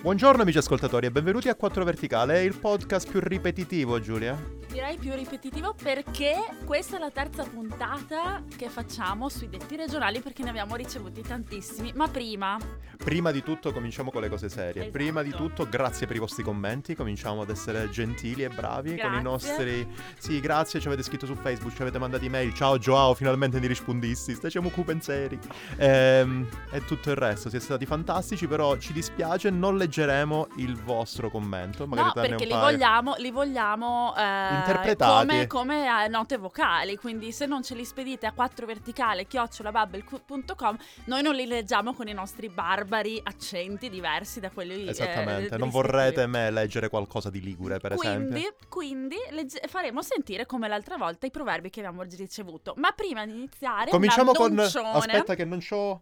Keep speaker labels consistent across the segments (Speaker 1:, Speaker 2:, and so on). Speaker 1: Buongiorno amici ascoltatori e benvenuti a 4 Verticale, il podcast più ripetitivo, Giulia.
Speaker 2: Direi più ripetitivo perché questa è la terza puntata che facciamo sui detti regionali perché ne abbiamo ricevuti tantissimi. Ma prima,
Speaker 1: Prima di tutto cominciamo con le cose serie.
Speaker 2: Esatto.
Speaker 1: Prima di tutto grazie per i vostri commenti, cominciamo ad essere gentili e bravi con i
Speaker 2: Grazie.
Speaker 1: nostri... Sì, grazie, ci avete scritto su Facebook, ci avete mandato email, ciao Joao, finalmente mi rispondisti, stiamo qui penseri. Ehm, e tutto il resto, siete stati fantastici, però ci dispiace, non leggeremo il vostro commento, magari
Speaker 2: no,
Speaker 1: tranne
Speaker 2: perché
Speaker 1: un
Speaker 2: li
Speaker 1: paio.
Speaker 2: vogliamo, eh, li vogliamo eh,
Speaker 1: Interpretati.
Speaker 2: come, come, eh, note vocali. Quindi se non ce li spedite a 4 verticale chiocciolabubble.com, noi non li leggiamo con i nostri barbari accenti diversi da quelli eh,
Speaker 1: Esattamente, non
Speaker 2: rispettivi.
Speaker 1: vorrete me leggere qualcosa di Ligure, per esempio.
Speaker 2: Quindi, quindi legge- faremo sentire come l'altra volta i proverbi che abbiamo ricevuto. Ma prima di iniziare,
Speaker 1: Cominciamo
Speaker 2: un
Speaker 1: con...
Speaker 2: annuncione.
Speaker 1: Aspetta che non c'ho...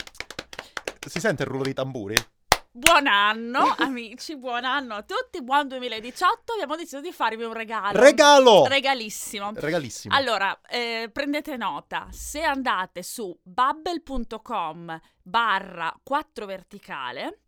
Speaker 1: Si sente il rullo di tamburi?
Speaker 2: Buon anno, amici, buon anno a tutti, buon 2018. Abbiamo deciso di farvi un regalo.
Speaker 1: Regalo!
Speaker 2: Regalissimo.
Speaker 1: Regalissimo.
Speaker 2: Allora, eh, prendete nota, se andate su bubble.com barra 4 verticale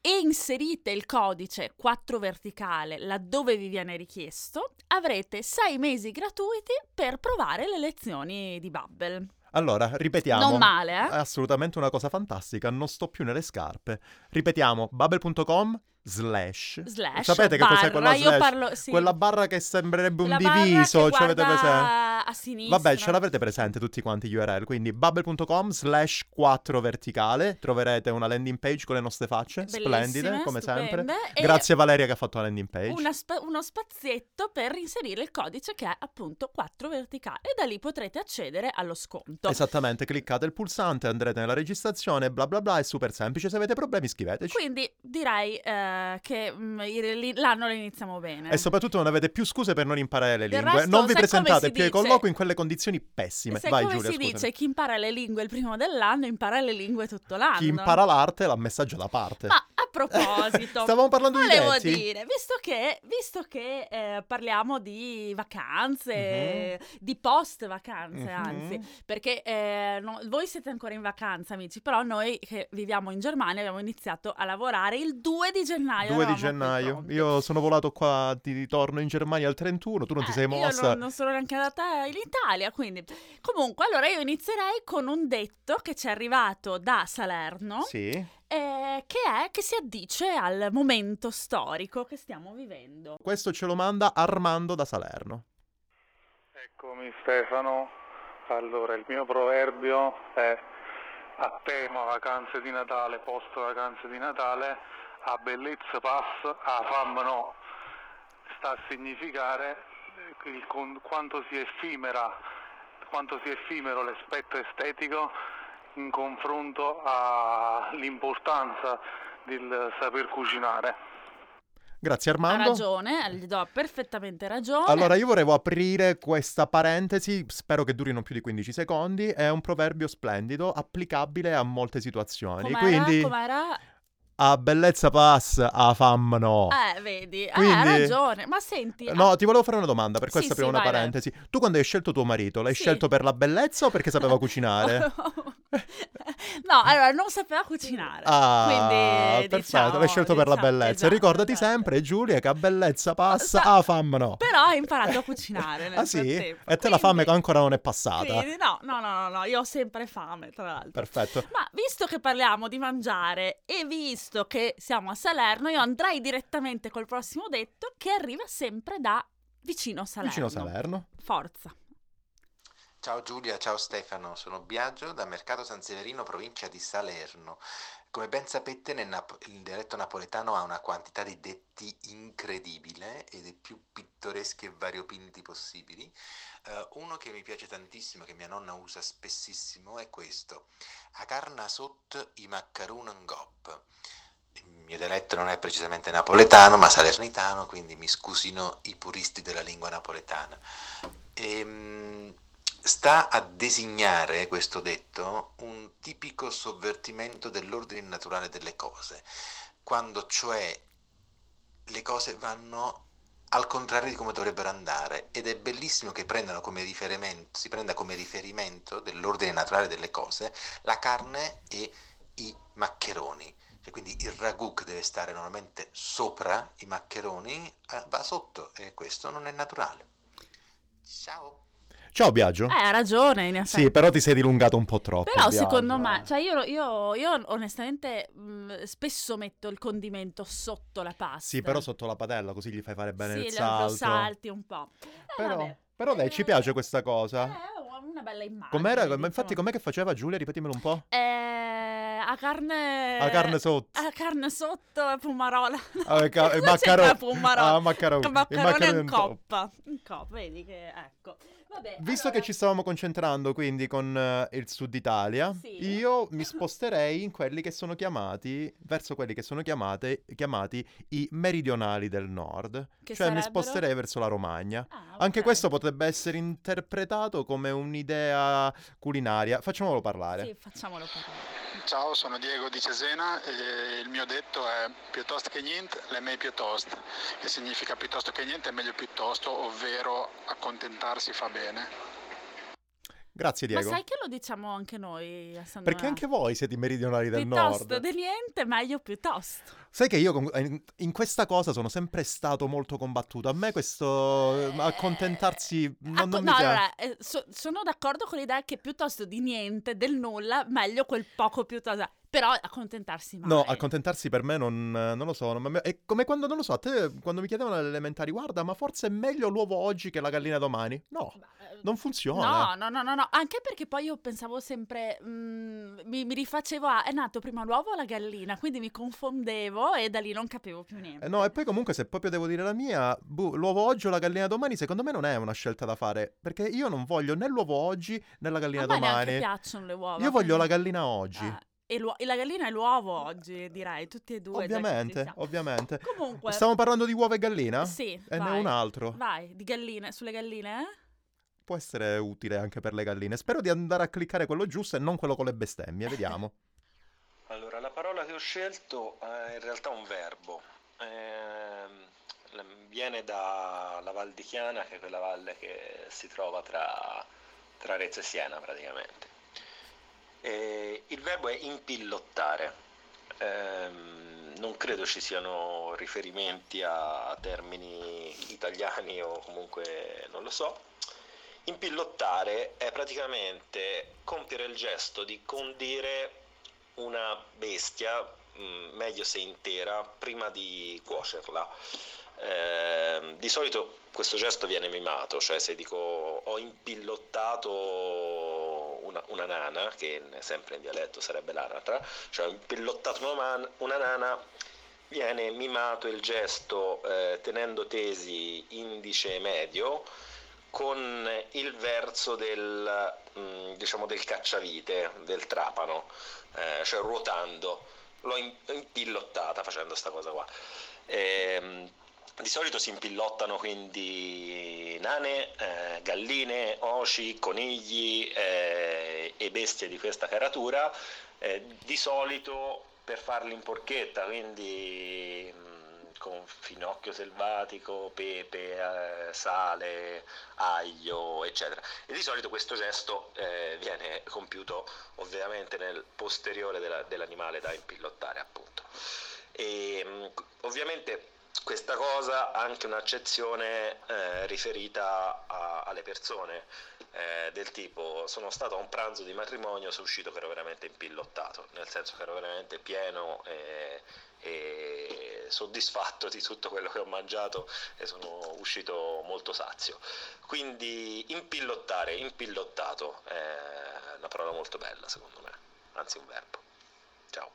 Speaker 2: e inserite il codice 4 verticale laddove vi viene richiesto, avrete 6 mesi gratuiti per provare le lezioni di Bubble.
Speaker 1: Allora, ripetiamo.
Speaker 2: Non male, eh?
Speaker 1: Assolutamente una cosa fantastica, non sto più nelle scarpe. Ripetiamo, bubble.com slash.
Speaker 2: Slash,
Speaker 1: Sapete che
Speaker 2: barra,
Speaker 1: cos'è quella
Speaker 2: io
Speaker 1: slash?
Speaker 2: parlo, sì.
Speaker 1: Quella barra che sembrerebbe un
Speaker 2: Quella barra
Speaker 1: diviso,
Speaker 2: che
Speaker 1: ce l'avete
Speaker 2: guarda
Speaker 1: presente?
Speaker 2: a sinistra.
Speaker 1: Vabbè, ce l'avrete presente tutti quanti gli URL, quindi bubble.com slash 4 verticale, troverete una landing page con le nostre facce, splendide
Speaker 2: Bellissime,
Speaker 1: come sempre.
Speaker 2: stupende. E
Speaker 1: Grazie Valeria che ha fatto la landing page.
Speaker 2: una spa- uno spazietto per inserire il codice che è appunto 4 verticale e da lì potrete accedere allo sconto.
Speaker 1: Esattamente, cliccate il pulsante, andrete nella registrazione, bla bla bla, è super semplice, se avete problemi scriveteci.
Speaker 2: Quindi direi eh, che mm, il- li- l'anno lo iniziamo bene.
Speaker 1: E soprattutto non avete più scuse per non imparare le
Speaker 2: eh. Del
Speaker 1: lingue.
Speaker 2: resto,
Speaker 1: non vi
Speaker 2: sai
Speaker 1: presentate
Speaker 2: come si
Speaker 1: più ai
Speaker 2: dice?
Speaker 1: colloqui in quelle condizioni pessime.
Speaker 2: Se
Speaker 1: Vai
Speaker 2: come
Speaker 1: Giulia,
Speaker 2: si
Speaker 1: scusami.
Speaker 2: dice, chi impara le lingue il primo dell'anno impara le lingue tutto l'anno.
Speaker 1: Chi impara l'arte l'ha messa già da parte.
Speaker 2: Ma a proposito,
Speaker 1: Stavamo parlando di
Speaker 2: volevo
Speaker 1: detti.
Speaker 2: dire, visto che, visto che, eh, parliamo di vacanze, di post vacanze
Speaker 1: Mhm.
Speaker 2: anzi, perché eh, no- voi siete ancora in vacanza amici, però noi che viviamo in Germania abbiamo iniziato a lavorare il 2 di gennaio.
Speaker 1: 2 di
Speaker 2: eravamo qui
Speaker 1: gennaio.
Speaker 2: pronti.
Speaker 1: Io sono volato qua di ritorno in Germania al 31, tu non ti
Speaker 2: Eh,
Speaker 1: sei
Speaker 2: Io
Speaker 1: mossa.
Speaker 2: non, non sono neanche andata in Italia, quindi. Comunque, allora io inizierei con un detto che ci è arrivato da Salerno,
Speaker 1: Sì.
Speaker 2: eh, che è che si addice al momento storico che stiamo vivendo.
Speaker 1: Questo ce lo manda Armando da Salerno.
Speaker 3: Eccomi Stefano, allora il mio proverbio è a tema vacanze di Natale, post vacanze di Natale, a bellezza pass, a fam no, sta a significare eh, il con- quanto si effimera, quanto si effimero l'aspetto estetico in confronto all'importanza del saper cucinare.
Speaker 1: Grazie
Speaker 2: Ha
Speaker 1: Armando.
Speaker 2: ragione, eh, gli do perfettamente ragione.
Speaker 1: Allora, io volevo aprire questa parentesi, spero che durino più di 15 secondi. È un proverbio splendido, applicabile a molte situazioni.
Speaker 2: com'era,
Speaker 1: Quindi, Oh.
Speaker 2: com'era?
Speaker 1: a bellezza passa, a fam no.
Speaker 2: Eh, vedi, eh, ha
Speaker 1: Quindi-
Speaker 2: ragione. Ma senti, ah
Speaker 1: No, ti volevo fare una domanda, per questa
Speaker 2: Sì,
Speaker 1: prima
Speaker 2: sì,
Speaker 1: una
Speaker 2: vai, vai.
Speaker 1: parentesi. Tu quando hai scelto tuo marito, l'hai
Speaker 2: Sì.
Speaker 1: scelto per la bellezza o perché sapeva cucinare?
Speaker 2: no, allora non sapeva cucinare.
Speaker 1: Ah,
Speaker 2: quindi,
Speaker 1: perfetto,
Speaker 2: diciamo-
Speaker 1: l'hai scelto per la
Speaker 2: diciamo-
Speaker 1: bellezza.
Speaker 2: esatto,
Speaker 1: Ricordati
Speaker 2: esatto.
Speaker 1: sempre, Giulia, che a bellezza passa,
Speaker 2: Sa-
Speaker 1: a fam no.
Speaker 2: Però ha imparato a cucinare nel
Speaker 1: Ah sì? E te
Speaker 2: frattempo,
Speaker 1: la fame
Speaker 2: quindi-
Speaker 1: ancora non è passata.
Speaker 2: quindi no, no, no, no, no, io ho sempre fame, tra l'altro.
Speaker 1: Perfetto.
Speaker 2: Ma visto che parliamo di mangiare e visto che siamo a Salerno, io andrei direttamente col prossimo detto che arriva sempre da vicino Salerno.
Speaker 1: Vicino Salerno.
Speaker 2: Forza.
Speaker 4: Ciao Giulia, ciao Stefano, sono Biagio da Mercato San Severino, provincia di Salerno. Come ben sapete, nel Nap- il dialetto napoletano ha una quantità di detti incredibile e dei più pittoreschi e variopinti possibili. Eh, uno che mi piace tantissimo, che mia nonna usa spessissimo, è questo: A carna sotto i maccarun en gop. Il mio dialetto non è precisamente napoletano, ma salernitano, quindi mi scusino i puristi della lingua napoletana. Ehm, sta a designare questo detto un tipico sovvertimento dell'ordine naturale delle cose, quando cioè le cose vanno al contrario di come dovrebbero andare ed è bellissimo che prendano come riferimento, si prenda come riferimento dell'ordine naturale delle cose la carne e i maccheroni. e quindi il ragù che deve stare normalmente sopra i maccheroni eh, va sotto e questo non è naturale. Ciao!
Speaker 1: Ciao Biagio.
Speaker 2: Eh, ha ragione, in effetti.
Speaker 1: Sì, però ti sei dilungato un po' troppo.
Speaker 2: Però
Speaker 1: Biagio,
Speaker 2: secondo me,
Speaker 1: eh.
Speaker 2: cioè io, io- io onestamente mh, spesso metto il condimento sotto la pasta.
Speaker 1: Sì, però sotto la padella, così gli fai fare bene
Speaker 2: Sì,
Speaker 1: il
Speaker 2: lo- lo
Speaker 1: salto.
Speaker 2: salti un po'. Eh,
Speaker 1: Però,
Speaker 2: vabbè.
Speaker 1: però dai, ci piace questa cosa.
Speaker 2: Eh, è una bella immagine.
Speaker 1: Com'era? Ma
Speaker 2: diciamo.
Speaker 1: infatti, com'è che faceva Giulia? Ripetimelo un po'.
Speaker 2: Eh, a carne...
Speaker 1: La carne sotto.
Speaker 2: A carne sotto e pumarola.
Speaker 1: Ah, e ca- e
Speaker 2: Cosa
Speaker 1: maccaro-
Speaker 2: c'entra pumarola?
Speaker 1: Ah, maccaroni.
Speaker 2: Il
Speaker 1: Il
Speaker 2: maccarone
Speaker 1: maccarone
Speaker 2: in
Speaker 1: in top.
Speaker 2: coppa. In coppa, vedi che... Ecco. Vabbè,
Speaker 1: Visto
Speaker 2: allora-
Speaker 1: che ci stavamo concentrando quindi con eh, il sud Italia,
Speaker 2: Sì.
Speaker 1: io mi sposterei in quelli che sono chiamati, verso quelli che sono chiamate- chiamati i meridionali del nord.
Speaker 2: Che
Speaker 1: cioè mi
Speaker 2: sarebbero?
Speaker 1: sposterei verso la Romagna.
Speaker 2: Ah, ok.
Speaker 1: Anche questo potrebbe essere interpretato come un'idea culinaria. Facciamolo parlare.
Speaker 2: Sì, facciamolo parlare.
Speaker 3: Ciao, sono Diego di Cesena e il mio detto è piuttosto che niente, le mie piuttosto, che significa piuttosto che niente è meglio piuttosto, ovvero accontentarsi fa bene.
Speaker 1: Grazie Diego.
Speaker 2: Ma sai che lo diciamo anche noi a San
Speaker 1: Perché
Speaker 2: Donà?
Speaker 1: anche voi siete meridionali del
Speaker 2: Piuttosto
Speaker 1: nord.
Speaker 2: di niente, meglio piuttosto.
Speaker 1: Sai che io con- in, in questa cosa sono sempre stato molto combattuto. A me questo eh, accontentarsi non,
Speaker 2: Eh, Acco-
Speaker 1: non mi
Speaker 2: no,
Speaker 1: piace.
Speaker 2: allora, eh, so- sono d'accordo con l'idea che piuttosto di niente, del nulla, meglio quel poco piuttosto. Però accontentarsi mai.
Speaker 1: No, accontentarsi per me non, non lo so. non mi- è come quando, non lo so, a te quando mi chiedevano alle elementari, guarda, ma forse è meglio l'uovo oggi che la gallina domani. No, non funziona.
Speaker 2: eh, No, no, no, no, no, anche perché poi io pensavo sempre, mm, mi, mi rifacevo a, è nato prima l'uovo o la gallina, quindi mi confondevo e da lì non capivo più niente.
Speaker 1: Eh, no, e poi comunque se proprio devo dire la mia, boh, l'uovo oggi o la gallina domani secondo me non è una scelta da fare, perché io non voglio né l'uovo oggi né la gallina
Speaker 2: A me neanche
Speaker 1: domani.
Speaker 2: piacciono le uova.
Speaker 1: Io voglio la
Speaker 2: quindi-
Speaker 1: gallina oggi.
Speaker 2: Ah, e, l'uo- e la gallina e l'uovo oggi, direi, tutti e due. già che ci
Speaker 1: ovviamente,
Speaker 2: siamo.
Speaker 1: ovviamente.
Speaker 2: Comunque...
Speaker 1: Stiamo parlando di uova e gallina?
Speaker 2: Sì,
Speaker 1: E ne ho
Speaker 2: vai.
Speaker 1: un altro.
Speaker 2: Vai, di galline, sulle galline, eh?
Speaker 1: Può essere utile anche per le galline. Spero di andare a cliccare quello giusto e non quello con le bestemmie, vediamo.
Speaker 5: Allora, la parola che ho scelto è in realtà un verbo. Ehm, l- viene dalla Val di Chiana, che è quella valle che si trova tra, tra Arezzo e Siena praticamente. E il verbo è impillottare. Ehm, non credo ci siano riferimenti a termini italiani o comunque non lo so. Impillottare è praticamente compiere il gesto di condire una bestia, mh, meglio se intera, prima di cuocerla. Ehm, di solito questo gesto viene mimato, cioè se dico ho impillottato una, una nana, che in- sempre in dialetto sarebbe l'anatra, cioè ho impillottato una, man- una nana, viene mimato il gesto eh, tenendo tesi indice e medio con il verso del, mh, diciamo, del cacciavite, del trapano eh, cioè ruotando, l'ho in- impillottata facendo sta cosa qua. Ehm, di solito si impillottano quindi nane, eh, galline, oci, conigli eh, e bestie di questa caratura, eh, di solito per farli in porchetta, quindi mh, con finocchio selvatico, pepe, eh, sale, aglio, eccetera. E di solito questo gesto eh, viene compiuto ovviamente nel posteriore della- dell'animale da impillottare appunto e mh, ovviamente questa cosa ha anche un'accezione eh, riferita a- alle persone eh, del tipo sono stato a un pranzo di matrimonio sono uscito che ero veramente impillottato nel senso che ero veramente pieno e, e soddisfatto di tutto quello che ho mangiato e sono uscito molto sazio quindi impillottare, impillottato è una parola molto bella secondo me, anzi un verbo. Ciao.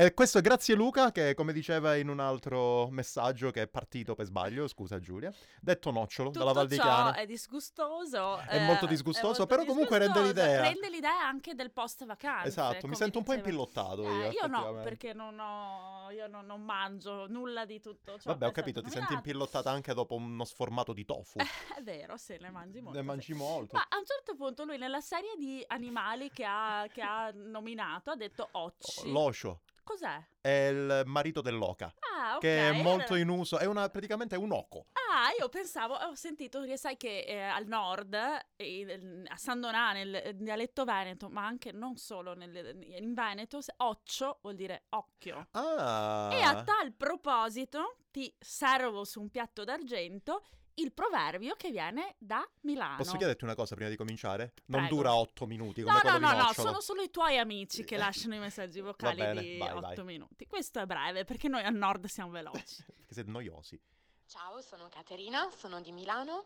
Speaker 1: E Eh, questo è grazie Luca che, come diceva in un altro messaggio che è partito per sbaglio, scusa Giulia, detto nocciolo
Speaker 2: Tutto
Speaker 1: dalla Val di Chiana.
Speaker 2: ciò è disgustoso. eh,
Speaker 1: È molto disgustoso, però comunque rende l'idea.
Speaker 2: Rende l'idea anche del post vacanza.
Speaker 1: Esatto, mi sento un po' impillottato io,
Speaker 2: Eh, io no,
Speaker 1: effettivamente.
Speaker 2: perché non ho, io non, non mangio nulla di tutto ciò
Speaker 1: Vabbè, ho
Speaker 2: che è
Speaker 1: capito, ti
Speaker 2: stato
Speaker 1: senti
Speaker 2: nominato.
Speaker 1: impillottata anche dopo uno sformato di tofu.
Speaker 2: Ah, È vero, se ne mangi Eh, molto.
Speaker 1: ne
Speaker 2: sì.
Speaker 1: mangi molto.
Speaker 2: Ma a un certo punto
Speaker 1: Oh,
Speaker 2: lui nella serie di animali che ha, che ha nominato ha detto occi,
Speaker 1: L'oscio,
Speaker 2: Cos'è?
Speaker 1: È il marito dell'oca,
Speaker 2: Ah, ok.
Speaker 1: che è
Speaker 2: allora-
Speaker 1: molto in uso, è una, praticamente è un oco.
Speaker 2: Ah, io pensavo, ho sentito, sai che eh, al nord, eh, a San Donà, nel, nel dialetto veneto, ma anche non solo nel- in Veneto, se- occio vuol dire occhio.
Speaker 1: Ah!
Speaker 2: E a tal proposito ti servo su un piatto d'argento il proverbio che viene da Milano.
Speaker 1: Ah, Posso chiederti una cosa prima di cominciare? Non
Speaker 2: Prego.
Speaker 1: dura 8 minuti come
Speaker 2: No, no,
Speaker 1: quello
Speaker 2: no,
Speaker 1: di
Speaker 2: no,
Speaker 1: Nocciolo.
Speaker 2: sono solo i tuoi amici che
Speaker 1: Eh.
Speaker 2: lasciano i messaggi
Speaker 1: Va
Speaker 2: vocali
Speaker 1: bene,
Speaker 2: di
Speaker 1: vai,
Speaker 2: 8
Speaker 1: vai.
Speaker 2: minuti. Questo è breve perché noi al nord siamo veloci.
Speaker 1: Perché siete noiosi.
Speaker 6: Ciao, sono Caterina, sono di Milano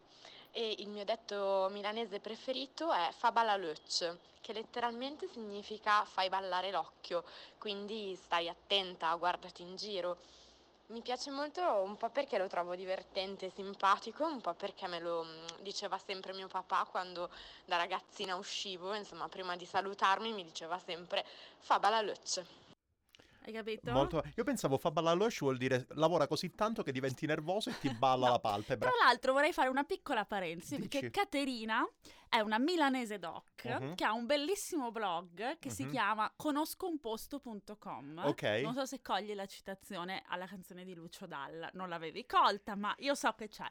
Speaker 6: e il mio detto milanese preferito è fa balla l'occhio, che letteralmente significa fai ballare l'occhio, quindi stai attenta, guardati in giro. Mi piace molto un po' perché lo trovo divertente e simpatico, un po' perché me lo mm, diceva sempre mio papà quando da ragazzina uscivo, insomma, prima di salutarmi mi diceva sempre fa balla l'occhio.
Speaker 2: Hai capito?
Speaker 1: Molto... Io pensavo fa balla all'oscio vuol dire lavora così tanto che diventi nervoso e ti balla
Speaker 2: No.
Speaker 1: la palpebra.
Speaker 2: Tra l'altro vorrei fare una piccola parentesi
Speaker 1: Dici.
Speaker 2: perché Caterina è una milanese doc
Speaker 1: Mhm.
Speaker 2: che ha un bellissimo blog che si
Speaker 1: Mhm.
Speaker 2: chiama conoscounposto.com.
Speaker 1: Ok.
Speaker 2: Non so se cogli la citazione alla canzone di Lucio Dalla, non l'avevi colta, ma io so che c'è.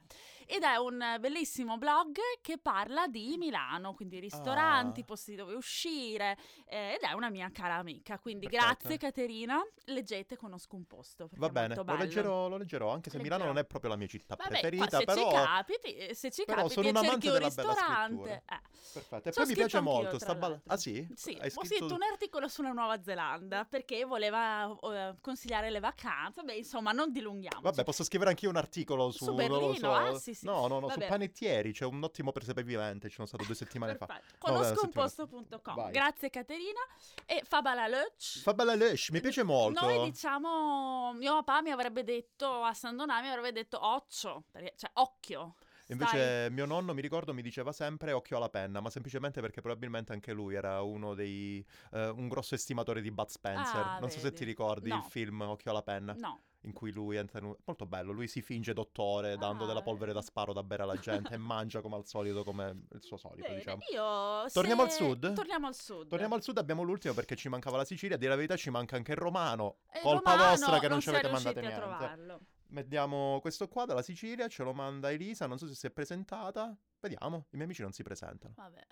Speaker 2: Ed è un eh, bellissimo blog che parla di Milano, quindi ristoranti,
Speaker 1: Ah.
Speaker 2: posti dove uscire eh, ed è una mia cara amica, quindi
Speaker 1: Perfetto.
Speaker 2: grazie Caterina, leggete Conosco un posto perché
Speaker 1: Va
Speaker 2: è
Speaker 1: bene,
Speaker 2: molto
Speaker 1: lo
Speaker 2: bello.
Speaker 1: leggerò, lo leggerò, anche se Milano
Speaker 2: Leggerò.
Speaker 1: non è proprio la mia città
Speaker 2: Vabbè,
Speaker 1: preferita,
Speaker 2: qua se
Speaker 1: però...
Speaker 2: ci capiti, eh, se ci
Speaker 1: però
Speaker 2: capiti
Speaker 1: sono
Speaker 2: e
Speaker 1: un
Speaker 2: cerchi
Speaker 1: amante
Speaker 2: un
Speaker 1: della bella
Speaker 2: ristorante.
Speaker 1: scrittura.
Speaker 2: Eh.
Speaker 1: Perfetto, e
Speaker 2: Ci ho
Speaker 1: poi mi piace
Speaker 2: scritto anch'io,
Speaker 1: molto,
Speaker 2: tra
Speaker 1: sta balla...
Speaker 2: l'altro.
Speaker 1: Ah sì?
Speaker 2: Sì,
Speaker 1: Hai
Speaker 2: ho
Speaker 1: scritto...
Speaker 2: scritto un articolo sulla Nuova Zelanda perché voleva eh, consigliare le vacanze, beh, insomma, non dilunghiamoci.
Speaker 1: Vabbè, posso scrivere anch'io un articolo su...
Speaker 2: Su
Speaker 1: non lo
Speaker 2: Berlino,
Speaker 1: so.
Speaker 2: ah, sì, sì.
Speaker 1: No, no, no,
Speaker 2: Vabbè.
Speaker 1: su panettieri, c'è un ottimo presepe ci sono stato due settimane fa.
Speaker 2: Perfetto.
Speaker 1: No, vabbè,
Speaker 2: Conosco un
Speaker 1: settimana fa.
Speaker 2: posto.com.
Speaker 1: Vai.
Speaker 2: Grazie Caterina e Fabala Lötsch.
Speaker 1: Fa bella lesh, mi piace molto.
Speaker 2: Noi diciamo, mio papà mi avrebbe detto a San Donà mi avrebbe detto occio, perché- cioè occhio. stai-
Speaker 1: Invece mio nonno, mi ricordo, mi diceva sempre occhio alla penna, ma semplicemente perché probabilmente anche lui era uno dei... eh, un grosso estimatore di Bud Spencer.
Speaker 2: Ah,
Speaker 1: non so se
Speaker 2: vedi.
Speaker 1: ti ricordi
Speaker 2: No.
Speaker 1: il film Occhio alla penna.
Speaker 2: No.
Speaker 1: in cui lui entra in un... molto bello, lui si finge dottore dando
Speaker 2: Ah,
Speaker 1: della polvere
Speaker 2: vedi.
Speaker 1: da sparo da bere alla gente e mangia come al solito, come il suo solito,
Speaker 2: Bene,
Speaker 1: diciamo.
Speaker 2: io se-
Speaker 1: Torniamo al sud?
Speaker 2: Torniamo al sud.
Speaker 1: Torniamo al sud, abbiamo l'ultimo perché ci mancava la Sicilia, a dire la verità ci manca anche il romano,
Speaker 2: Eh,
Speaker 1: colpa
Speaker 2: Romano,
Speaker 1: vostra che non, ci
Speaker 2: siamo
Speaker 1: avete mandato niente.
Speaker 2: riusciti a trovarlo.
Speaker 1: Mettiamo questo qua dalla Sicilia, ce lo manda Elisa, non so se si è presentata, vediamo, i miei amici non si presentano.
Speaker 2: Vabbè.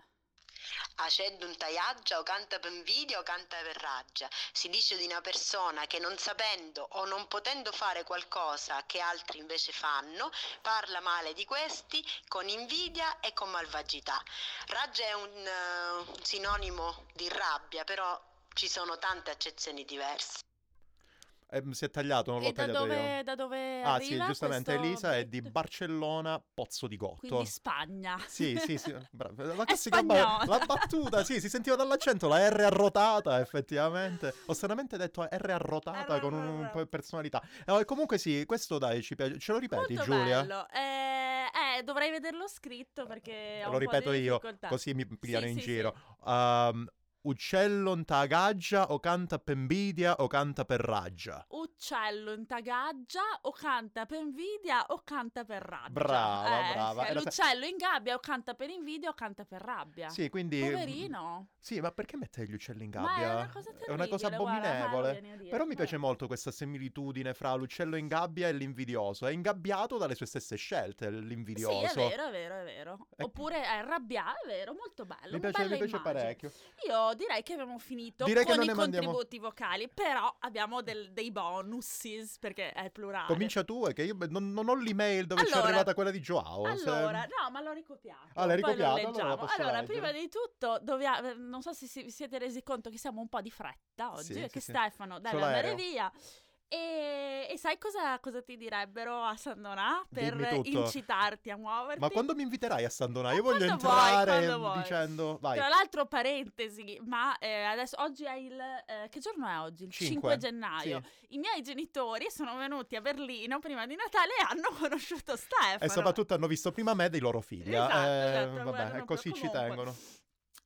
Speaker 7: Acendo un taiaggia o canta per invidia o canta per raggia. Si dice di una persona che non sapendo o non potendo fare qualcosa che altri invece fanno, parla male di questi con invidia e con malvagità. Raggia è un eh, un sinonimo di rabbia, però ci sono tante accezioni diverse.
Speaker 1: Eh, si è tagliato, non l'ho
Speaker 2: E da
Speaker 1: tagliato
Speaker 2: dove,
Speaker 1: io.
Speaker 2: da dove
Speaker 1: Ah sì,
Speaker 2: arriva
Speaker 1: giustamente,
Speaker 2: questo
Speaker 1: Elisa è di
Speaker 2: detto?
Speaker 1: Barcellona Pozzo di Gotto.
Speaker 2: Quindi Spagna.
Speaker 1: Sì, sì, sì, bravo. La
Speaker 2: È
Speaker 1: classica ba-
Speaker 2: spagnola.
Speaker 1: la battuta, sì, si sentiva dall'accento la R arrotata, effettivamente. Ho stranamente detto R arrotata
Speaker 2: R-
Speaker 1: con un
Speaker 2: R-
Speaker 1: po' di personalità. Eh, comunque sì, questo dai, ci piace. Ce lo ripeti,
Speaker 2: Molto
Speaker 1: Giulia?
Speaker 2: bello. Eh, eh, dovrei vederlo scritto perché
Speaker 1: Lo
Speaker 2: ho un po' di
Speaker 1: ripeto io,
Speaker 2: difficoltà.
Speaker 1: così mi pigliano
Speaker 2: Sì,
Speaker 1: in
Speaker 2: sì,
Speaker 1: giro. Ehm, uccello in tagaggia o canta per invidia o canta per raggia.
Speaker 2: Uccello in tagaggia o canta per invidia o canta per rabbia.
Speaker 1: Brava,
Speaker 2: Eh,
Speaker 1: brava.
Speaker 2: sì,
Speaker 1: Era-
Speaker 2: L'uccello in gabbia o canta per invidia o canta per rabbia.
Speaker 1: Sì, quindi... mhmm,
Speaker 2: Poverino.
Speaker 1: Sì, ma perché mette gli uccelli in
Speaker 2: Ma
Speaker 1: gabbia?
Speaker 2: è una cosa terribile.
Speaker 1: È una cosa
Speaker 2: guarda,
Speaker 1: abominevole.
Speaker 2: Mario viene a dire. cioè. Eh.
Speaker 1: Però mi
Speaker 2: Vabbè.
Speaker 1: piace molto questa similitudine fra l'uccello in gabbia e l'invidioso. È ingabbiato dalle sue stesse scelte, l'invidioso.
Speaker 2: Sì, è vero, è vero, è vero.
Speaker 1: Ecco.
Speaker 2: Oppure è arrabbiato, è vero, molto bello.
Speaker 1: Mi piace,
Speaker 2: bella
Speaker 1: mi piace
Speaker 2: immagine.
Speaker 1: parecchio.
Speaker 2: Io direi che abbiamo finito
Speaker 1: Direi che
Speaker 2: con
Speaker 1: non
Speaker 2: i
Speaker 1: ne mandiamo-
Speaker 2: contributi vocali, però abbiamo del- dei bonuses perché è plurale.
Speaker 1: Comincia tu, eh, che io non, non ho l'email dove c'è
Speaker 2: Allora-
Speaker 1: arrivata quella di Joao. se-
Speaker 2: Allora, no, ma l'ho ricopiato.
Speaker 1: Ah, l'hai
Speaker 2: poi lo
Speaker 1: ricopiato? Allora
Speaker 2: leggiamo.
Speaker 1: la posso
Speaker 2: Allora,
Speaker 1: leggere.
Speaker 2: prima di tutto, dovia- eh, non so se si- vi siete resi conto che siamo un po' di fretta
Speaker 1: Sì,
Speaker 2: oggi, perché
Speaker 1: sì, sì.
Speaker 2: Stefano deve
Speaker 1: Sull'aereo.
Speaker 2: andare via. E, e sai cosa, cosa ti direbbero a San Donà per
Speaker 1: Dimmi tutto.
Speaker 2: incitarti a muoverti?
Speaker 1: Ma quando mi inviterai a San Donà? Io
Speaker 2: Ma
Speaker 1: voglio
Speaker 2: quando vuoi,
Speaker 1: entrare
Speaker 2: quando vuoi.
Speaker 1: dicendo... Vai.
Speaker 2: Tra l'altro, parentesi, ma eh, adesso oggi è il. eh, che giorno è oggi? Il 5,
Speaker 1: Cinque.
Speaker 2: gennaio.
Speaker 1: Sì.
Speaker 2: I miei genitori sono venuti a Berlino prima di Natale e hanno conosciuuto Stefano.
Speaker 1: E soprattutto hanno visto prima me dei loro figli. eh.
Speaker 2: Esatto,
Speaker 1: Eh,
Speaker 2: esatto,
Speaker 1: vabbè,
Speaker 2: guardano
Speaker 1: così
Speaker 2: proprio-
Speaker 1: ci
Speaker 2: comunque.
Speaker 1: tengono.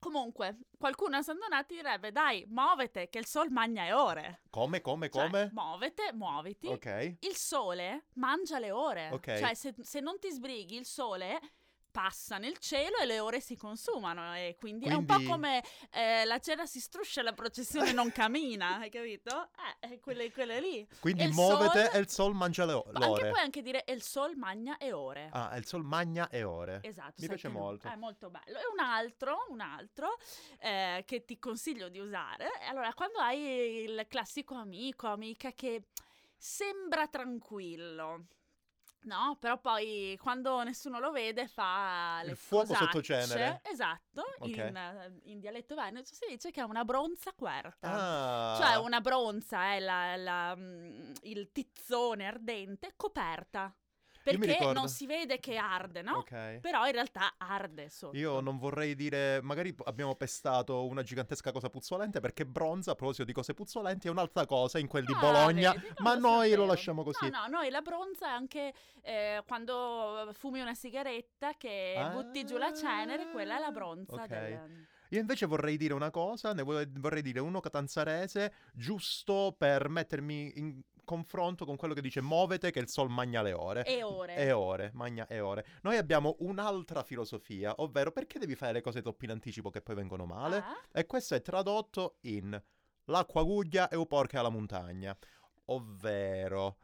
Speaker 2: Comunque, qualcuno a San Donato direbbe: Dai, muovete, che il sol magna e ore.
Speaker 1: Come, come,
Speaker 2: Cioè,
Speaker 1: come?
Speaker 2: muovete, muoviti.
Speaker 1: ok.
Speaker 2: Il sole mangia le ore.
Speaker 1: Ok.
Speaker 2: Cioè, se, se non ti sbrighi, il sole passa nel cielo e le ore si consumano e quindi, è un po'
Speaker 1: Quindi-
Speaker 2: come eh, la cena si struscia e la processione non cammina, hai capito? Eh, quelle, quelle lì.
Speaker 1: Quindi
Speaker 2: E il
Speaker 1: muovete
Speaker 2: sol-
Speaker 1: e il sol mangia le o-
Speaker 2: Ma Anche
Speaker 1: l'ore.
Speaker 2: puoi anche dire e il sol magna e ore.
Speaker 1: Ah, il sol magna e ore.
Speaker 2: Esatto,
Speaker 1: Mi
Speaker 2: sai
Speaker 1: piace
Speaker 2: che no.
Speaker 1: molto.
Speaker 2: È molto bello. E un altro, un altro eh, che ti consiglio di usare. E Allora, quando hai il classico amico, amica che sembra tranquillo. No, però poi quando nessuno lo vede fa
Speaker 1: Il
Speaker 2: le
Speaker 1: fuoco
Speaker 2: cosacce.
Speaker 1: sottocenere.
Speaker 2: Esatto,
Speaker 1: Ok.
Speaker 2: in, in dialetto veneto si dice che è una bronza querta.
Speaker 1: Ah,
Speaker 2: Cioè una bronza è la- la, mm, il tizzone ardente coperta.
Speaker 1: Io mi
Speaker 2: Perché
Speaker 1: ricordo.
Speaker 2: non si vede che arde, no?
Speaker 1: Ok.
Speaker 2: Però in realtà arde sotto.
Speaker 1: Io non vorrei dire, magari p- abbiamo pestato una gigantesca cosa puzzolente perché bronza, a proposito di cose puzzolenti, è un'altra cosa in quel di
Speaker 2: Ah,
Speaker 1: Bologna,
Speaker 2: vedi, non
Speaker 1: ma
Speaker 2: lo
Speaker 1: noi lo
Speaker 2: sapevo.
Speaker 1: lasciamo così.
Speaker 2: No, no, noi la bronza è anche eh, quando fumi una sigaretta che
Speaker 1: Ah.
Speaker 2: butti giù la cenere, quella è la bronza
Speaker 1: Ok. Eh,
Speaker 2: del-
Speaker 1: Io invece vorrei dire una cosa, ne vo- vorrei dire uno catanzarese, giusto per mettermi in confronto con quello che dice muovete che il sol magna le ore.
Speaker 2: E ore.
Speaker 1: E ore, magna e ore. Noi abbiamo un'altra filosofia, ovvero perché devi fare le cose troppo in anticipo che poi vengono male?
Speaker 2: Ah.
Speaker 1: E questo è tradotto in l'acqua guglia e u porca alla montagna, ovvero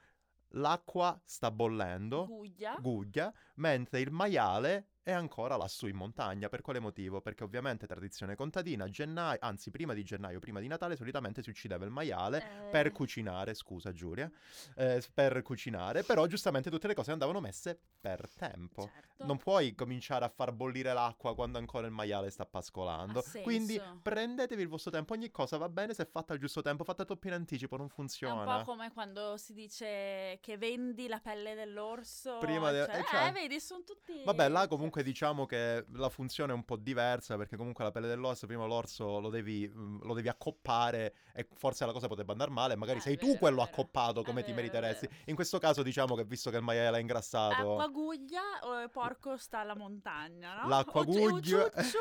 Speaker 1: l'acqua sta bollendo,
Speaker 2: Guglia.
Speaker 1: guglia, mentre il maiale è ancora lassù in montagna. Per quale motivo? Perché ovviamente tradizione contadina, a gennaio, anzi prima di gennaio, prima di Natale, solitamente si uccideva il maiale
Speaker 2: Eh.
Speaker 1: per cucinare, scusa Giulia, eh, per cucinare, però giustamente tutte le cose andavano messe per tempo.
Speaker 2: Certo.
Speaker 1: Non puoi cominciare a far bollire l'acqua quando ancora il maiale sta pascolando.
Speaker 2: Ha senso.
Speaker 1: Quindi prendetevi il vostro tempo. Ogni cosa va bene se è fatta al giusto tempo. Fatta troppo in anticipo non
Speaker 2: È un
Speaker 1: funziona.
Speaker 2: po' come quando si dice che vendi la pelle dell'orso.
Speaker 1: Prima de-
Speaker 2: cioè-
Speaker 1: eh, cioè-
Speaker 2: Eh, vedi, sono tutti...
Speaker 1: Vabbè, là comunque diciamo che la funzione è un po' diversa perché comunque la pelle dell'orso, prima l'orso lo devi, mm, lo devi accoppare e forse la cosa potrebbe andare male, magari
Speaker 2: Eh,
Speaker 1: sei
Speaker 2: è
Speaker 1: tu
Speaker 2: vero, è
Speaker 1: quello
Speaker 2: vero.
Speaker 1: accoppato
Speaker 2: È
Speaker 1: come ti
Speaker 2: vero, è
Speaker 1: meriteresti.
Speaker 2: vero.
Speaker 1: In questo caso diciamo che visto che il maiale è ingrassato...
Speaker 2: Acqua guglia, eh, porco sta alla montagna, no?
Speaker 1: L'acqua
Speaker 2: Ucci-
Speaker 1: guglia,
Speaker 2: ucciucciu.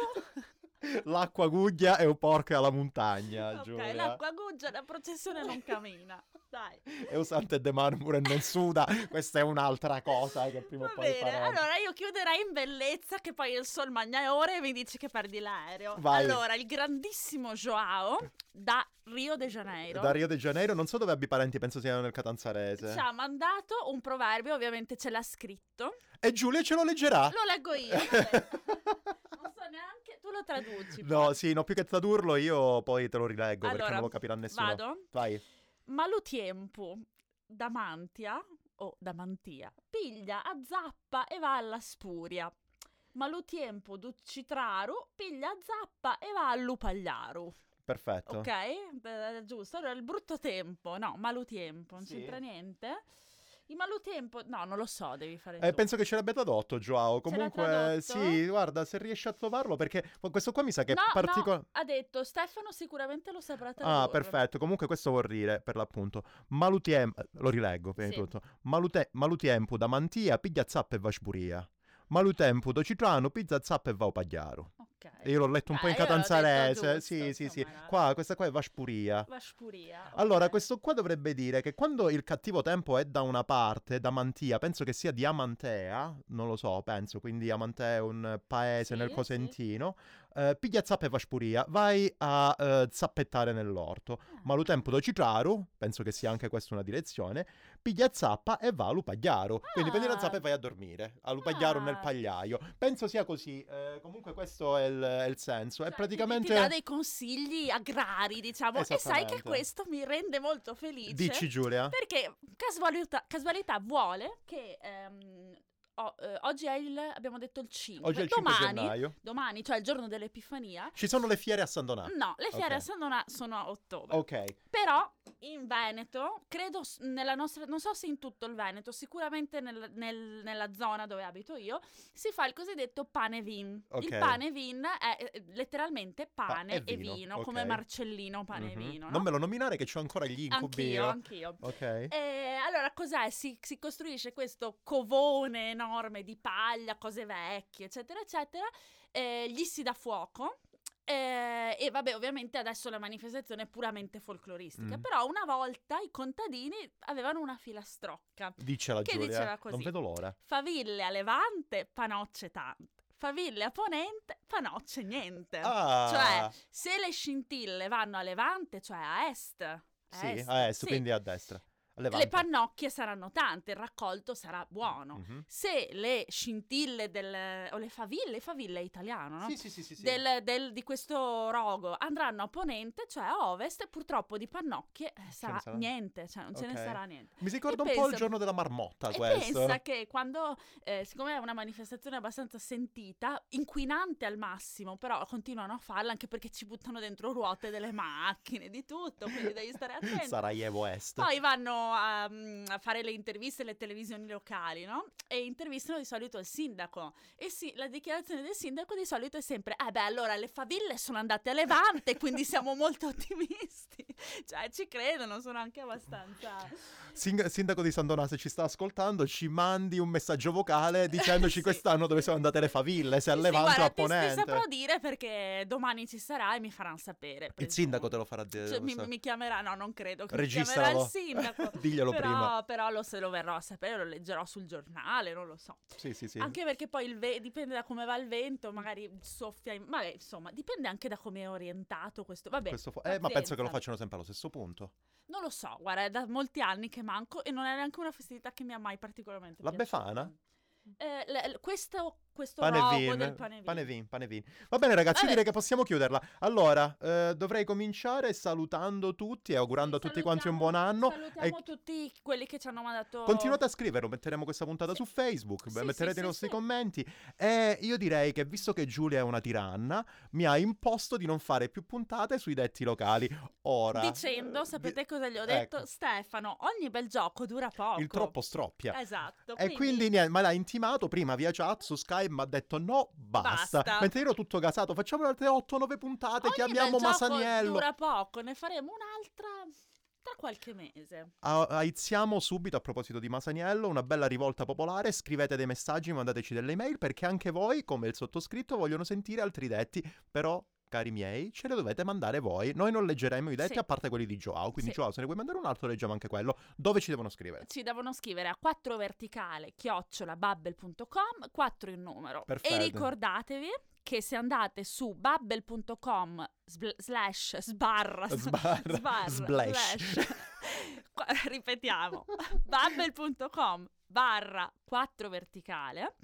Speaker 1: l'acqua guglia è un porco alla montagna,
Speaker 2: Ok,
Speaker 1: Giulia.
Speaker 2: l'acqua guggia, la processione non cammina. Dai.
Speaker 1: E usante de marmure non suda, questa è un'altra cosa che prima
Speaker 2: Va
Speaker 1: o poi
Speaker 2: bene,
Speaker 1: faremo.
Speaker 2: allora io chiuderei in bellezza che poi il sol magna e ore e mi dici che perdi l'aereo.
Speaker 1: Vai.
Speaker 2: Allora, il grandissimo Joao da Rio de Janeiro.
Speaker 1: Da Rio de Janeiro, non so dove abbia i parenti, penso siano nel Catanzarese.
Speaker 2: ci ha mandato un proverbio, ovviamente ce l'ha scritto.
Speaker 1: E Giulia ce lo leggerà.
Speaker 2: Lo leggo io. vabbè. non so neanche. Tu lo traduci.
Speaker 1: No, sì, no, più che tradurlo io poi te lo rileggo perché
Speaker 2: Allora,
Speaker 1: non lo capirà nessuno.
Speaker 2: Vado.
Speaker 1: Vai.
Speaker 2: Malo tempo, Damantia o Damantia piglia a zappa e va alla Spuria. Malo tempo d'Uccitraru piglia a zappa e va all'Upagliaru.
Speaker 1: Perfetto.
Speaker 2: Ok? Eh, giusto. Allora il brutto tempo, no, malo tempo, non
Speaker 1: Sì.
Speaker 2: c'entra niente. Il malo tempo, no, non lo so, devi fare
Speaker 1: Eh,
Speaker 2: tu.
Speaker 1: penso che ce l'abbia tradotto Joao.
Speaker 2: l'ha
Speaker 1: Comunque,
Speaker 2: tradotto?
Speaker 1: sì, guarda, se riesci a trovarlo, perché questo qua mi sa che
Speaker 2: no,
Speaker 1: è particolare.
Speaker 2: no, ha detto Stefano sicuramente lo saprà tradurre.
Speaker 1: Ah, perfetto. Comunque questo vuol dire, per l'appunto, malutiem... eh, Lo rileggo, prima
Speaker 2: Sì.
Speaker 1: di tutto. Malute... Malutiempo da mantia, piglia zappa e va spuria. Malutempo da citrano, pizza zappa e va opagliaro.
Speaker 2: Ok.
Speaker 1: Io l'ho letto un po'
Speaker 2: Ah,
Speaker 1: in
Speaker 2: io l'ho detto
Speaker 1: catanzarese.
Speaker 2: giusto,
Speaker 1: Sì, sì, sì.
Speaker 2: insomma, era-
Speaker 1: Qua, questa qua è va spuria.
Speaker 2: Va spuria. ok.
Speaker 1: Allora, questo qua dovrebbe dire che quando il cattivo tempo è da una parte, da Mantia, penso che sia di Amantea, non lo so, penso, quindi Amantea è un eh, paese
Speaker 2: Sì,
Speaker 1: nel
Speaker 2: sì.
Speaker 1: Cosentino, eh, piglia zappe e vaspuria, vai a eh, zappettare nell'orto,
Speaker 2: Ah.
Speaker 1: malutempo do citraru, penso che sia anche questa una direzione, piglia zappa e va a lupagliaro, quindi prendi la
Speaker 2: Ah.
Speaker 1: zappa e vai a dormire, a lupagliaro nel
Speaker 2: Ah.
Speaker 1: pagliaio, penso sia così, eh, comunque questo è il, è il senso, è
Speaker 2: Cioè, quindi
Speaker 1: praticamente...
Speaker 2: ti dà dei consigli agrari, diciamo, e sai che
Speaker 1: Esattamente.
Speaker 2: questo mi rende molto felice.
Speaker 1: Dici Giulia?
Speaker 2: Perché casualità, casualità vuole che ehm, o- eh, oggi è il, abbiamo detto il 5,
Speaker 1: Oggi è il 5
Speaker 2: domani,
Speaker 1: gennaio.
Speaker 2: domani, cioè il giorno dell'Epifania.
Speaker 1: Ci sono le fiere a San Donato.
Speaker 2: No, le fiere
Speaker 1: Ah, ok.
Speaker 2: a San Donà sono a ottobre.
Speaker 1: Ok,
Speaker 2: Però in Veneto, credo s- nella nostra, non so se in tutto il Veneto, sicuramente nel- nel- nella zona dove abito io, si fa il cosiddetto pane vin.
Speaker 1: Ok.
Speaker 2: Il pane vin è eh, letteralmente pane
Speaker 1: e
Speaker 2: e
Speaker 1: vino,
Speaker 2: vino,
Speaker 1: ok.
Speaker 2: come Marcellino pane
Speaker 1: Mhm.
Speaker 2: e vino. No?
Speaker 1: Non me lo nominare che c'ho ancora gli incubi.
Speaker 2: anch'io, Eh,
Speaker 1: io.
Speaker 2: anch'io.
Speaker 1: Ok.
Speaker 2: E allora cos'è? Si, si costruisce questo covone enorme di paglia, cose vecchie, eccetera, eccetera, eh, gli si dà fuoco. eh, e vabbè, ovviamente adesso la manifestazione è puramente folcloristica,
Speaker 1: Mm.
Speaker 2: però una volta i contadini avevano una filastrocca.
Speaker 1: Dicela
Speaker 2: Che
Speaker 1: Giulia.
Speaker 2: diceva così? Eh,
Speaker 1: Non vedo l'ora.
Speaker 2: Faville a levante, panocce tante. faville a ponente, panocce niente.
Speaker 1: Ah.
Speaker 2: Cioè, se le scintille vanno a levante, cioè a est, a
Speaker 1: Sì,
Speaker 2: est,
Speaker 1: a est,
Speaker 2: sì,
Speaker 1: quindi a destra. A levante.
Speaker 2: le pannocchie saranno tante, il raccolto sarà buono.
Speaker 1: Mhm.
Speaker 2: Se le scintille del, o le faville, faville è italiano, no?
Speaker 1: Sì, sì, sì, sì, sì.
Speaker 2: Del- del- di questo rogo andranno a ponente, cioè a ovest, purtroppo di pannocchie eh, sarà
Speaker 1: sarà?
Speaker 2: niente, cioè non ce
Speaker 1: Ok.
Speaker 2: ne sarà niente.
Speaker 1: Mi si ricorda
Speaker 2: e
Speaker 1: un po' il
Speaker 2: pensa-
Speaker 1: giorno della marmotta
Speaker 2: E
Speaker 1: questo.
Speaker 2: pensa che quando, eh, siccome è una manifestazione abbastanza sentita, inquinante al massimo, però continuano a farla anche perché ci buttano dentro ruote delle macchine, di tutto, quindi devi stare attento.
Speaker 1: Sarajevo Est.
Speaker 2: Poi vanno a, mm, a fare le interviste alle televisioni locali, no? E intervistano di solito il sindaco. E sì, la dichiarazione del sindaco di solito è sempre: Eh beh, allora le faville sono andate a Levante, quindi siamo molto ottimisti. Cioè, ci credono, sono anche abbastanza.
Speaker 1: Sin- sindaco di San Donà, se ci sta ascoltando, ci mandi un messaggio vocale dicendoci
Speaker 2: Sì.
Speaker 1: quest'anno dove sono andate le faville, se a Levante o a
Speaker 2: Ti,
Speaker 1: Ponente.
Speaker 2: saprò dire perché domani ci sarà e mi faranno sapere.
Speaker 1: Il sindaco te lo farà dire.
Speaker 2: Cioè, mi,
Speaker 1: questo.
Speaker 2: mi chiamerà, no, non credo che
Speaker 1: Registralo.
Speaker 2: mi chiamerà il sindaco.
Speaker 1: Diglielo
Speaker 2: però,
Speaker 1: prima.
Speaker 2: però lo, se lo verrò a sapere, lo leggerò sul giornale, non lo so.
Speaker 1: Sì, sì, sì.
Speaker 2: Anche perché poi il ve- dipende da come va il vento, magari soffia, in- ma eh, insomma, dipende anche da come è orientato questo. Vabbè,
Speaker 1: Questo fo- eh, ma penso che lo
Speaker 2: pazienza.
Speaker 1: facciano sempre allo stesso punto.
Speaker 2: Non lo so, guarda, è da molti anni che manco e non è neanche una festività che mi ha mai particolarmente
Speaker 1: La
Speaker 2: piaciuta.
Speaker 1: Befana?
Speaker 2: Eh, le- le- questo questo
Speaker 1: Pane e
Speaker 2: rogo
Speaker 1: vin,
Speaker 2: del pane e vin.
Speaker 1: pane e vin, pane e vin. Va bene ragazzi,
Speaker 2: Vabbè.
Speaker 1: direi che possiamo chiuderla. Allora, eh, dovrei cominciare salutando tutti e augurando a tutti quanti un buon anno.
Speaker 2: Salutiamo
Speaker 1: E-
Speaker 2: tutti quelli che ci hanno mandato
Speaker 1: Continuate a scriverlo, metteremo questa puntata
Speaker 2: Sì.
Speaker 1: su Facebook,
Speaker 2: Sì,
Speaker 1: beh,
Speaker 2: sì,
Speaker 1: metterete
Speaker 2: sì,
Speaker 1: i nostri
Speaker 2: sì.
Speaker 1: commenti e io direi che visto che Giulia è una tiranna, mi ha imposto di non fare più puntate sui detti locali. Ora...
Speaker 2: dicendo,
Speaker 1: eh,
Speaker 2: sapete
Speaker 1: di-
Speaker 2: cosa gli ho
Speaker 1: ecco,
Speaker 2: detto? Stefano, ogni bel gioco dura poco.
Speaker 1: Il troppo stroppia.
Speaker 2: Esatto.
Speaker 1: E quindi niente, me l'ha intimato prima via chat su Skype, mi ha detto no, basta.
Speaker 2: Basta.
Speaker 1: Mentre ero tutto casato, facciamo altre 8-9 puntate,
Speaker 2: ogni
Speaker 1: chiamiamo
Speaker 2: bel gioco
Speaker 1: Masaniello.
Speaker 2: dura poco, ne faremo un'altra tra qualche mese.
Speaker 1: A- Aiziamo subito a proposito di Masaniello una bella rivolta popolare, scrivete dei messaggi, mandateci delle email perché anche voi, come il sottoscritto, vogliono sentire altri detti, però cari miei, ce le dovete mandare voi. Noi non leggeremo i detti
Speaker 2: Sì.
Speaker 1: a parte quelli di Joao, quindi
Speaker 2: Sì.
Speaker 1: Joao se ne vuoi mandare un altro leggiamo anche quello. Dove ci devono scrivere?
Speaker 2: Ci devono scrivere a 4 verticale chiocciolabubble.com, 4 in numero.
Speaker 1: Perfetto.
Speaker 2: E ricordatevi che se andate su bubble.com sbl- slash sbarra
Speaker 1: Sbarra,
Speaker 2: sbarra,
Speaker 1: splash.
Speaker 2: slash. Qua- ripetiamo bubble.com barra 4 verticale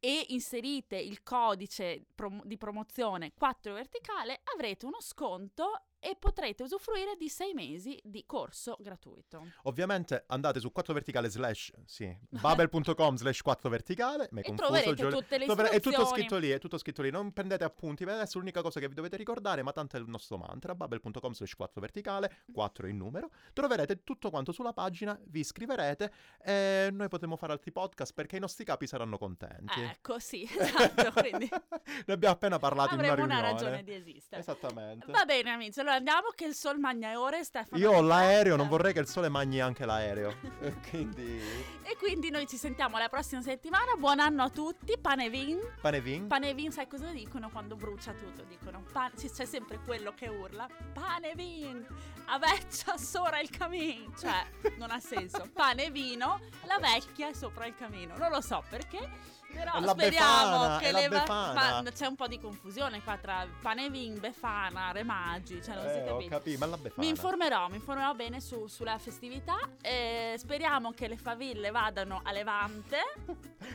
Speaker 2: e inserite il codice prom- di promozione 4 verticale avrete uno sconto e potrete usufruire di 6 mesi di corso gratuito
Speaker 1: Ovviamente andate su 4 verticale slash, sì, babel.com slash 4 verticale, mi è
Speaker 2: e
Speaker 1: confuso
Speaker 2: troverete
Speaker 1: il giorno.
Speaker 2: tutte le
Speaker 1: Dovre- è tutto
Speaker 2: istruzioni.
Speaker 1: scritto lì, è tutto scritto lì, non prendete appunti, per adesso l'unica cosa che vi dovete ricordare, ma tanto è il nostro mantra, babel.com slash 4 verticale, 4 in numero, troverete tutto quanto sulla pagina, vi iscriverete e noi potremo fare altri podcast perché i nostri capi saranno contenti.
Speaker 2: Eh, Ecco, sì, esatto, quindi
Speaker 1: ne abbiamo appena parlato in una
Speaker 2: avremo
Speaker 1: riunione.
Speaker 2: una ragione di esistere.
Speaker 1: Esattamente.
Speaker 2: Va bene amici, allora andiamo che il sol magna e ore Stefano.
Speaker 1: Io ho
Speaker 2: riporta.
Speaker 1: l'aereo, non vorrei che il sole magni anche l'aereo. Quindi...
Speaker 2: E quindi noi ci sentiamo la prossima settimana, buon anno a tutti, pane e vin.
Speaker 1: Pane e vin?
Speaker 2: Pane e vin, sai cosa dicono quando brucia tutto? Dicono, pa- c- c'è sempre quello che urla, pane e vin, a vecchia sopra il camino. Cioè, non ha senso, pane e vino, la vecchia è sopra il camino. Non lo so perché, però
Speaker 1: È la
Speaker 2: speriamo
Speaker 1: Befana, è
Speaker 2: che
Speaker 1: la
Speaker 2: le va-
Speaker 1: Befana.
Speaker 2: ma c'è un po' di confusione qua tra pane e vin, Befana, Remagi, cioè non si
Speaker 1: Eh, ho
Speaker 2: capisce.
Speaker 1: capito, ma la befana.
Speaker 2: Mi informerò, mi informerò bene su- sulla festività. eh, speriamo che le faville vadano a Levante.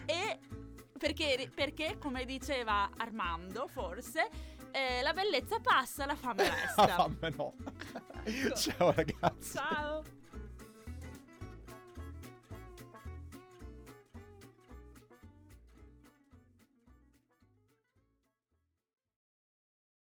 Speaker 2: e perché, perché, come diceva Armando, forse, eh, la bellezza passa, la fame
Speaker 1: Ah,
Speaker 2: resta. Ecco.
Speaker 1: fammelo. Ciao ragazzi.
Speaker 2: Ciao!